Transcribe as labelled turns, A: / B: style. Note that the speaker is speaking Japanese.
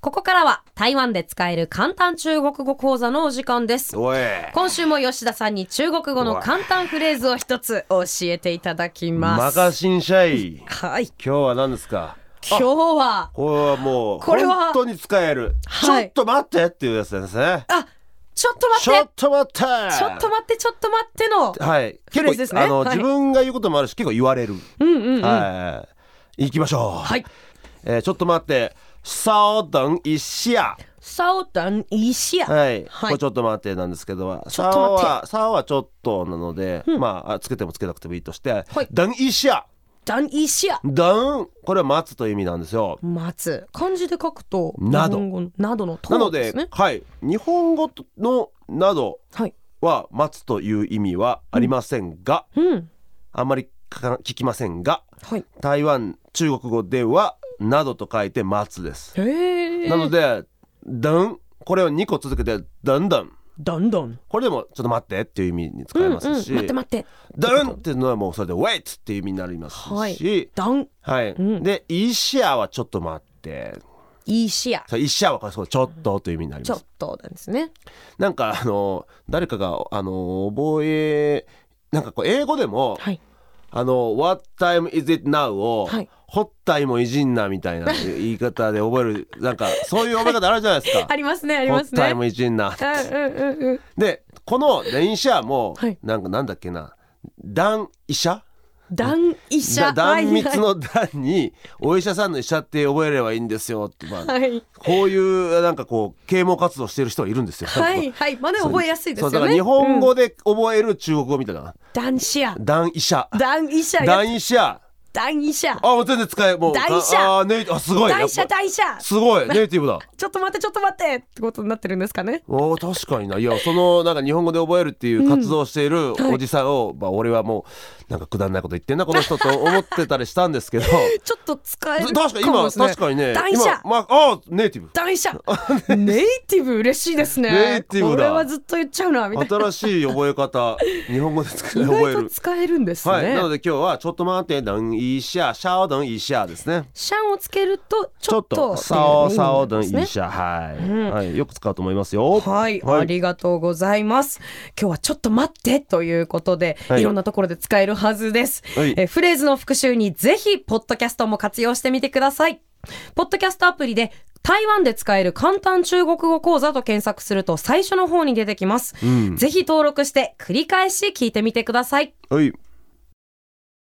A: ここからは台湾で使える簡単中国語講座のお時間です。
B: おい
A: 今週も吉田さんに中国語の簡単フレーズを一つ教えていただきます。
B: 任しんしゃい今
A: はい。
B: 日は何ですか
A: 今日は、
B: これはもう
A: これは
B: 本当に使える、
A: はい
B: ちょっと待ってっていうやつですね
A: あ、ちょっと待
B: ちょ
A: っ
B: っと待って
A: てちょっと待って、ちょっと待っての。
B: はい
A: フレーズですね
B: 結構あの、
A: はい
B: 自分が言うこともあるし結構言われる、
A: うんうんうん。は
B: はい行きましょう、
A: い。
B: えーちょっと待って稍等一下
A: 稍等一下。
B: は
A: は
B: い、
A: い
B: これちょっと待ってなんですけどは
A: ょっと待って
B: は稍はちょっとなので、まああつけてもつけなくてもいいとして、
A: はい
B: 等一下
A: 等一下。
B: 等これは待つという意味なんですよ
A: 待つ。漢字で書くと、
B: など
A: 日本語のなどの
B: なの
A: とで
B: です
A: ね。
B: はい日本語のなど
A: はい。
B: は待つという意味はありませんが、
A: うん。
B: あんまりかか聞きませんが
A: はい。
B: 台湾中国語ではなどと書いて待つです、
A: へえ。
B: なので等これを2個続けてだんだん
A: どんどん。
B: これでもちょっと待ってっていう意味に使
A: うん
B: え
A: うん。
B: ますし、
A: 待って待って。
B: ダンっていうのはもうそれで「wait」っていう意味になりますし、
A: どん
B: はい
A: うん
B: で「イシャ」はちょっと待って
A: 一下。
B: 「そうイシャ」はこれそうちょっとという意味になり
A: ちょ
B: ま
A: っ
B: す。
A: となんですね。
B: なんかあの誰かがあの覚えなんかこう英語でも
A: はい。
B: 「あの What time is it now」を
A: はい
B: 「ホッタイもいじんな」みたいな言い方で覚えるなんかそういう覚え方あるじゃないですか。
A: ありますね、あり
B: ホ
A: ます
B: ッタイ
A: ね。
B: もいじんな。
A: うんうんうんうん。
B: でこの「電車」も
A: はい
B: なんかなんだっけな「ダン医者」
A: 断医者。
B: だ断
A: は
B: 密
A: い
B: の段にお医者さんの医者って覚えればいいんですよって、まあ
A: はい。はい。
B: こういうなんかこう啓蒙活動してる人がいるんですよ。
A: はい。はい。まあでも覚えやすいです
B: そ
A: よ
B: う
A: ね。
B: だから日本語で覚える中国語みたいな
A: 断視や。
B: 断医者
A: 断医者や。
B: 断医者
A: 断医者。
B: あもう全然使えもう
A: 断医者
B: あネイティブあすごい
A: 断医者、
B: やっぱ
A: 断医者。
B: す ごいネイティブだ
A: ちょっと待って、ちょっと待ってってことになってるんですかね。
B: おー確かにないやそのなんか日本語で覚えるっていう活動をしているおじさんを、まあ、俺はもうなんかくだらないこと言ってんなこの人と思ってたりしたんで すけど
A: ちょっと使える
B: 確
A: かも
B: かに今
A: ですね
B: 確かにね
A: 断医
B: 今
A: 者、
B: まあ、あーネイティブ
A: 断 医者。ネイティブ嬉しいですね。
B: ネイティブ
A: こ
B: だ
A: れはずっと言っちゃうなみたいな。
B: 新しい覚え方日本語で作
A: 意
B: る覚
A: 外
B: え
A: と
B: る
A: 使えるんですね。
B: はいなので今日はちょっと待って等一下稍等一下ですね
A: シャンをつけるとち
B: ち
A: ょ
B: ょ
A: っ
B: っ
A: と
B: と
A: っていう意
B: 稍
A: 味な
B: 稍
A: んで
B: 等
A: すね
B: 一下はい、
A: うん
B: はいよく使うと思いますよ
A: はい、
B: はい
A: ありがとうございます。今日はちょっと待ってということで、、
B: はいい
A: ろんなところで使えるはずです、
B: はい
A: えーフレーズの復習にぜひ、ポッドキャストも活用してみてください。ポッドキャストアプリで、台湾で使える簡単中国語講座と検索すると最初の方に出てきます。
B: うん
A: ぜひ登録して繰り返し聞いてみてください。
B: はい